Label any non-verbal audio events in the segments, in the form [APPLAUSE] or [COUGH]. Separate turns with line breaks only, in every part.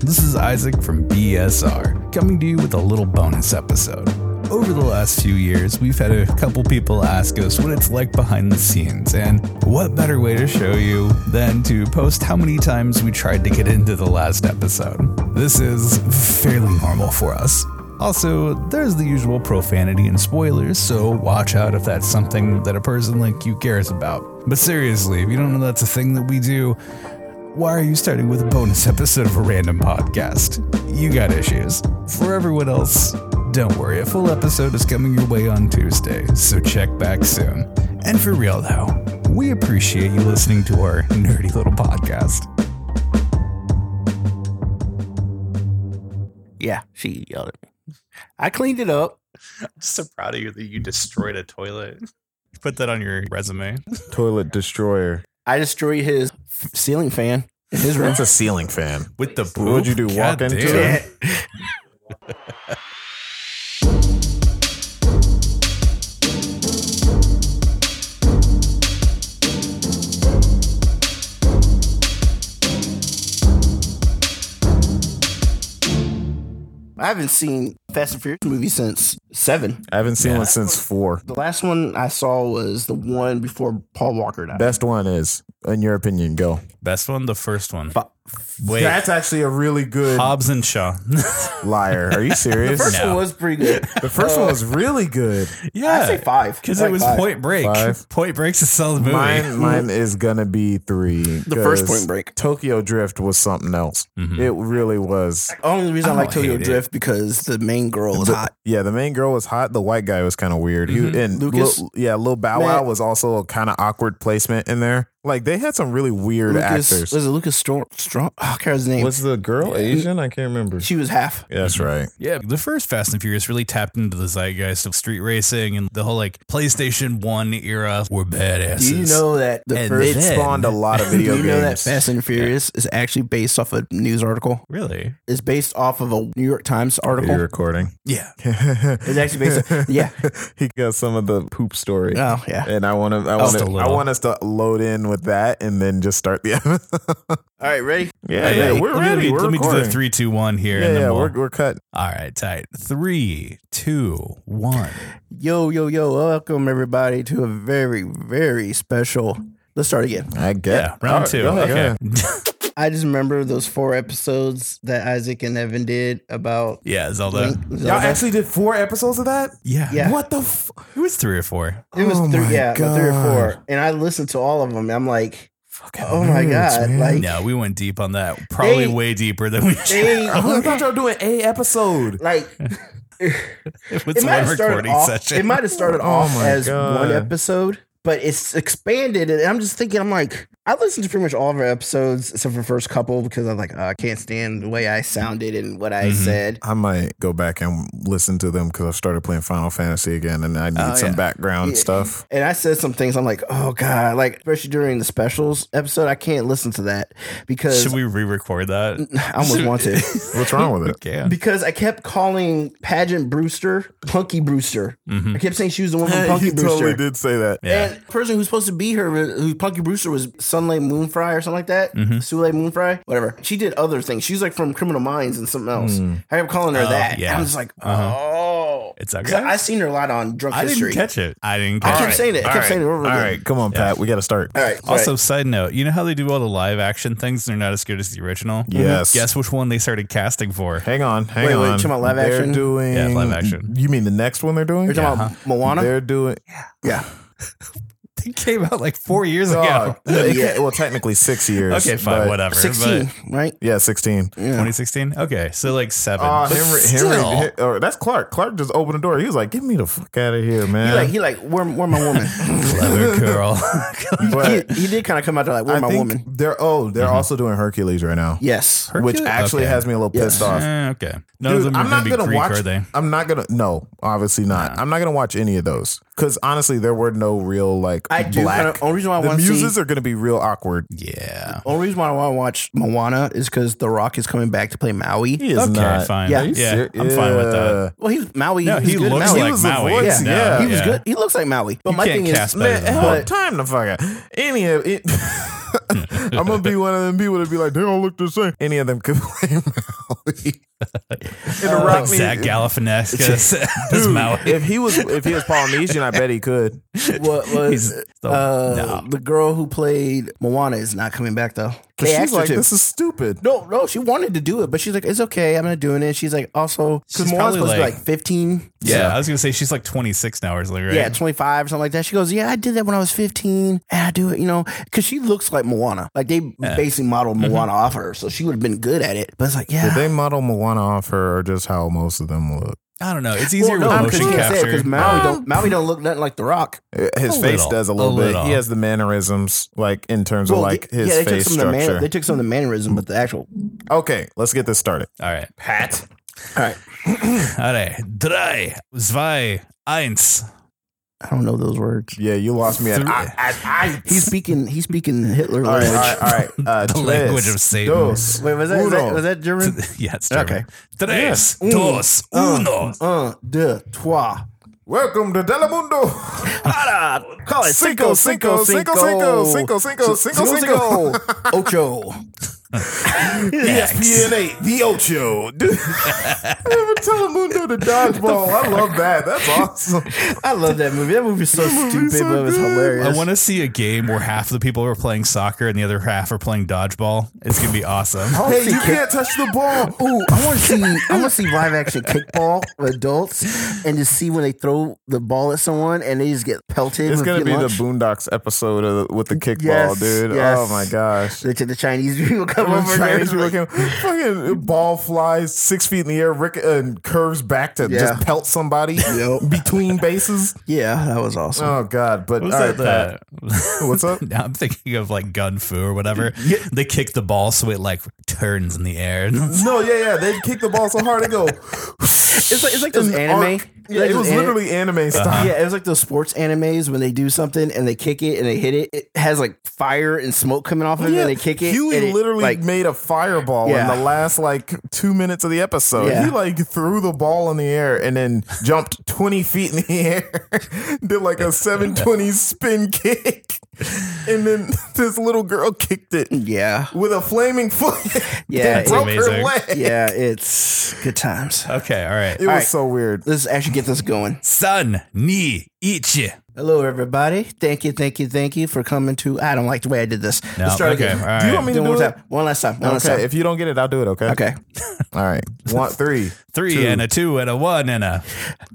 This is Isaac from BSR, coming to you with a little bonus episode. Over the last few years, we've had a couple people ask us what it's like behind the scenes, and what better way to show you than to post how many times we tried to get into the last episode. This is fairly normal for us. Also, there's the usual profanity and spoilers, so watch out if that's something that a person like you cares about. But seriously, if you don't know that's a thing that we do, why are you starting with a bonus episode of a random podcast? You got issues. For everyone else, don't worry, a full episode is coming your way on Tuesday, so check back soon. And for real though, we appreciate you listening to our nerdy little podcast.
Yeah, she yelled at me. I cleaned it up.
so proud of you that you destroyed a toilet. Put that on your resume.
Toilet destroyer.
I destroyed his f- ceiling fan in his
[LAUGHS]
room.
That's a ceiling fan.
With the
What would you do? Walk
God
into
damn.
it?
I haven't seen Fast and Furious movie since seven.
I haven't seen
Yeah.
one since four.
The last one I saw was the one before Paul Walker died.
Best one is, in your opinion, go.
Best one, the first one. Wait,
That's actually a really good
Hobbs and Shaw.
liar. Are you
the
serious?
first
No.
one was pretty good.
The first one was really good.
I
[LAUGHS]
say
[LAUGHS] yeah,
five
because it
I like
was
five.
Point Break.
Five.
Point Break's a solid movie.
Mine, mine is gonna be three.
The first
'cause
Point Break.
Tokyo Drift was something else.
Mhm.
It really was.
Only reason I,
I
like
don't
Tokyo
hate it.
Drift because the main girl was
The-
hot.
Yeah, the main girl was hot. The white guy was kind of weird. He
Mhm.
and
Lucas?
Lil, yeah, Lil Bow Wow
Man.
was also a kind of awkward placement in there. Like they had some really weird
Lucas
actors.
was it Lucas Strong? Strong? Oh, I can't remember his name.
Was the girl Asian? I can't remember.
she was half.
Yeah, that's right.
Yeah, the first Fast and Furious really tapped into the zeitgeist of street racing and the whole like PlayStation 1 era. We're badasses.
Do you know that the
And
first
It
then-
spawned a
[LAUGHS]
lot of
Do you
video games.
know that Fast and Furious is actually based off a news article?
Really?
It's based off of a New York Times article.
You're recording. [LAUGHS]
Yeah.
it's
[LAUGHS]
actually based on- yeah.
[LAUGHS] he got some of the poop story.
Oh yeah.
And I want to, I want
Just
to,
a
I
little.
want us to load in with that, and then just start the [LAUGHS] episode.
All right, ready?
yeah,
Hey,
yeah,
let
we're
me-
ready.
Let me,
we're
let me do the
recording.
three, two, one here.
Yeah,
and then
yeah,
we'll-
we're, we're cut.
All right, tight. Three, two, one.
Yo, yo, yo! Welcome everybody to a very, very special. Let's start again.
I get
Yeah, round two. okay.
I just remember those four episodes that Isaac and Evan did about.
yeah, Zelda.
Link-
Y'all
Zelda.
actually did four episodes of that?
Yeah.
Yeah.
What the? F-
It was three or four.
It was
Oh
three,
my
yeah, about three or
God.
four, and I listened to all of them. I'm
[LAUGHS]
like,
Fucking
Oh my
nerds,
God,
man.
like-
No, we went deep on that. Probably
They-
way deeper than we should.
they,
I
[LAUGHS]
thought y'all were doing a episode.
like
It's one recording
off,
session.
It might have started
[LAUGHS] Oh
off
my
as
God.
one episode, but it's expanded. And I'm just thinking, I'm like, I listened to pretty much all of our episodes except for the first couple because I'm like, oh, I can't stand the way I sounded and what I
Mhm.
said.
I might go back and listen to them because I've started playing Final Fantasy again, and I need
Oh,
some
yeah.
background
Yeah.
stuff.
And I said some things. I'm like, oh god, like especially during the specials episode, I can't listen to that
[LAUGHS]
because
Should we re-record that?
[SIGHS] I almost want to
[LAUGHS]
What's wrong with it?
Yeah.
because I kept calling Pageant Brewster Punky Brewster.
Mhm.
I kept saying she was the one from Punky
you
Brewster.
totally did say that.
Yeah.
And the person who's supposed to be her, who Punky Brewster was Sunlight Moonfry or something like that,
Mhm.
Sule Moonfry, whatever. She did other things. She's like from Criminal Minds and something else. I kept calling her
Oh,
that.
yeah.
I was like,
Uh-huh.
oh,
It's okay.
'Cause I, I seen her a lot on Drunk
I
History.
didn't catch it. I didn't
I
catch
kept
it.
saying it. I kept saying it over
All
again.
right, come on,
Yeah.
Pat. We got to start.
All right.
Also,
right.
side note, you know how they do all the live action things and they're not as good as the original?
Mm-hmm. Yes.
Guess which one they started casting for?
Hang on, hang
Wait,
on.
wait, you talking about live
they're
action?
doing
Yeah, live action.
You mean the next one they're doing?
you're talking
Yeah.
about Moana.
They're doing.
[LAUGHS] yeah,
[LAUGHS] They came out like four years ago.
Dog. It can't- well, technically six
[LAUGHS]
years.
Okay, fine,
but-
whatever.
sixteen, right?
Yeah, sixteen.
Yeah.
2016? Okay, so like seven.
Oh,
But
Henry,
still,
Henry, Hen- or that's Clark. Clark just opened the door. He was like, "Get me the fuck out of here,
He
man."
like, he like, where, where my woman?
[LAUGHS]
[LAUGHS]
Clever girl. [LAUGHS]
[LAUGHS]
but
he, he did kind of come out there like, where
I
my
think
woman?
they're oh, they're
Mm-hmm.
also doing Hercules right now,
Yes.
which
Hercules?
actually
Okay.
has me a little pissed off.
Eh, okay. None of
Dude,
them are
I'm
going
not
to be
gonna
Greek,
watch.
are they?
I'm not gonna. No, obviously not. I'm not gonna watch any of those because honestly, there were no real like
I do.
black.
Kinda, only reason why I
the
want to see
muses are gonna be real awkward.
Yeah.
Only reason why I want to watch Moana is because The Rock is coming back to play Maui.
He is
Okay,
not.
fine.
Yeah.
Yeah,
Are you
I'm fine with that.
Well, he's Maui.
No,
was
he
good at
looks
Maui.
He
like
was the
Maui.
voice,
No,
yeah.
he was
yeah.
good. He looks like Maui. But
You
my
can't
thing is,
cast better
Man,
than
hell,
that. [LAUGHS]
but-
time to fuck out. Any of it. I'm gonna be one of them people to be like, they don't look the same. Any of them could play Maui. It'll rock me.
Zach
[LAUGHS]
Galifianakis [LAUGHS] as
Dude,
Maui.
if he was if he was Polynesian, I bet he could.
[LAUGHS]
What
He's
was
the-
uh,
no.
the girl who played Moana is not coming back though.
'Cause
They
she's
asked her
like,
to.
this is stupid.
No, no, she wanted to do it, but she's like, it's okay, I'm not doing it. She's like, also,
She's
because Moana's supposed
probably
to be
like-
like 15.
Yeah, I was gonna say she's like 26 now or something, right?
Yeah, 25 or something like that. She goes, Yeah, I did that when I was 15. And I do it, you know, because she looks like Moana. Like they
Yeah. Mm-hmm.
basically modeled Moana off her. So she would have been good at it. But it's like,
Did
yeah.
they model Moana off her or just how most of them look?
I don't know. It's easier
Well, no,
with
'cause
motion
you can't say it,
capture.
'cause Maui
Um,
don't, Maui don't look nothing like The Rock.
His
A
face
little.
does
A
a little, bit.
little.
He has the mannerisms, like in terms
Well,
of like
they-
his
they
face
took some of the man-
structure.
they took some of the mannerism, but the actual.
okay, let's get this started.
All right.
Pat.
All right.
All right. Drei, zwei, eins. [LAUGHS]
I don't know those words.
Yeah, you lost me at
Three.
I. at I.
He's speaking. He's speaking Hitler
all right,
language.
all right, all right. Uh,
The
tres,
language of Satan.
dos,
Wait, was that, was
uno.
that was that German?
Yeah, it's German.
Okay.
Okay. Tres,
Yeah.
dos, uno.
[LAUGHS] Un, deux, trois.
Welcome to Telemundo.
Para. Call it
Cinco, cinco, cinco, cinco, cinco, cinco, cinco, cinco.
Ocho.
X.
PNA, the Ocho. Dude. [LAUGHS] Telemundo to dodgeball. I love that. That's awesome.
I love that movie. That movie's so stupid,
so
but it was
good.
hilarious.
I want to see a game where half the people are playing soccer and the other half are playing dodgeball. It's gonna be awesome.
Hey, you can't touch the ball.
Ooh, I want to see. I want to see live action kickball [LAUGHS] with adults, and just see when they throw the ball at someone and they just get pelted.
It's
with
gonna
get
be
lunch.
the Boondocks episode of, with the kickball,
Yes,
dude.
yes.
Oh my gosh.
[LAUGHS] They took the Chinese people come
Remember
over there.
Chinese people came- fucking ball flies six feet in the air, Rick, and curves back to
Yeah.
just
[LAUGHS]
pelt somebody
Yep.
between bases.
Yeah, that was awesome.
Oh god! But
What
all
was
right, Pat.
that? the- [LAUGHS]
What's up?
now I'm thinking of like gun fu or whatever. They kick the ball so it like turns in the air. [LAUGHS]
No, yeah, yeah. They kick the ball so hard they go.
It's like it's like those
an
anime.
arc. Yeah,
like
it
those
was
ani-
literally
Uh-huh.
anime style.
Yeah, it was like those sports animes when they do something and they kick it and they hit it. It has like fire and smoke coming off of it and they kick it.
Huey
and it,
literally [LAUGHS]
like,
made a fireball
Yeah.
in the last like two minutes of the episode.
Yeah.
He like threw the ball in the air and then jumped twenty feet in the air, [LAUGHS] did like a seven twenty spin kick, and then [LAUGHS] this little girl kicked it
yeah,
with a flaming foot. [LAUGHS]
Yeah,
that broke her
amazing.
leg.
yeah. It's good times.
okay, all right.
It was
right.
so weird.
Let's actually get this going.
Sun, ni, ichi.
Hello, everybody. Thank you, thank you, thank you for coming to. I don't like the way I did this.
No,
Let's start
okay,
again.
all right. Do
you want me to
Then one
do
more
it?
time? One last time. One last
Okay,
time.
if you don't get it, I'll do it. Okay.
okay.
All right.
[LAUGHS]
One, three.
Three
Two.
and a two and a one and a.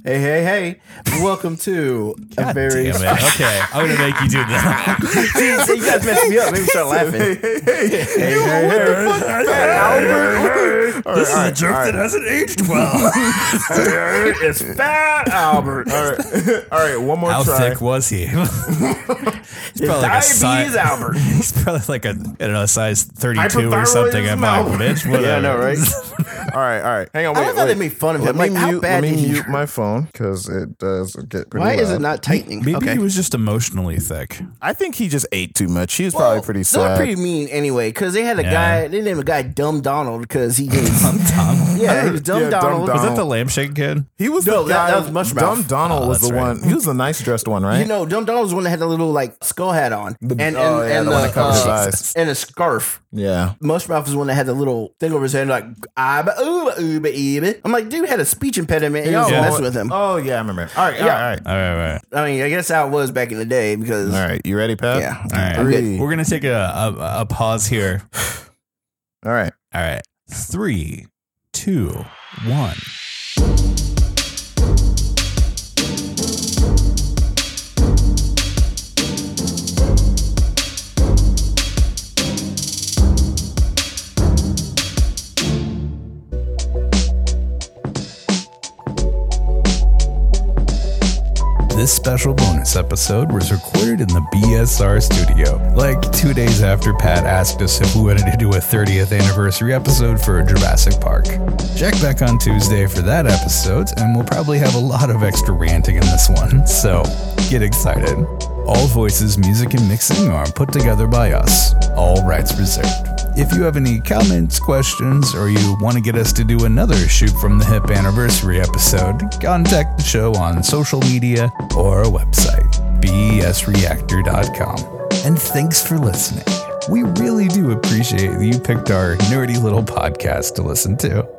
Hey, hey, hey. Welcome to a very.
Damn it. Okay, I'm gonna make you do that.
[LAUGHS] Jeez, you guys messed me up. Made me start laughing.
Hey, hey, hey. You-
hey,
what the
hey.
fuck, Fat Albert? All right, all right, all right.
hasn't aged well.
it's Fat Albert.
All right. All right, one more
How
try.
thick was he? [LAUGHS] he's probably like a
diabetes
size, [LAUGHS]
Albert.
He's probably like a I don't know, a size 32 or something. I'm
Hypothyroidism
like, bitch,
[LAUGHS]
whatever. [LAUGHS]
Yeah, I know, right?
All right, all right. Hang on,
I
wait,
love how
wait.
they made fun of
Let
him.
me
Like, how
mute,
bad
let
did
me
he
mute my phone because it does get pretty
[LAUGHS] Why is it
loud.
not tightening?
Maybe
okay.
he was just emotionally thick. [LAUGHS]
I think he just ate too much. He was
Well,
probably pretty
They
sad.
were pretty mean anyway, because they had a
Yeah.
guy. They named a guy Dumb Donald because he did.
Tom.
[LAUGHS] yeah, he was Dumb
Yeah, Dumb
Donald.
Donald.
Was that the lampshade kid?
he was
No,
the
that-
guy.
that was Mushmouth.
Dumb Donald
Oh,
was
that's
the
right.
one. He was the nice dressed one, right?
You know, Dumb Donald was the one that had the little like skull hat on, and and
oh, yeah,
and,
the one that
the,
covered his
uh,
eyes.
and a scarf.
yeah.
Mushmouth was the one that had the little thing over his head, like "Iba, ooba ooba ooba." I'm like, dude had a speech impediment, and you was
Yeah.
messing with him.
Oh yeah, I remember. All right,
Yeah.
all right,
All right, all right.
I mean, I guess how it was back in the day because
all right. All right, you ready, Pat?
yeah,
All right.
I'm good.
Three.
We're gonna take a, a a pause here.
All right.
All right. Three, two, one. This special bonus episode was recorded in the BSR studio, like two days after Pat asked us if we wanted to do a 30th anniversary episode for Jurassic Park. Check back on Tuesday for that episode, and we'll probably have a lot of extra ranting in this one, so get excited. All voices, music, and mixing are put together by us, all rights reserved. If you have any comments, questions, or you want to get us to do another Shoot from the Hip anniversary episode, contact the show on social media E or our website, besreactor.com. And thanks for listening. We really do appreciate that you picked our nerdy little podcast to listen to.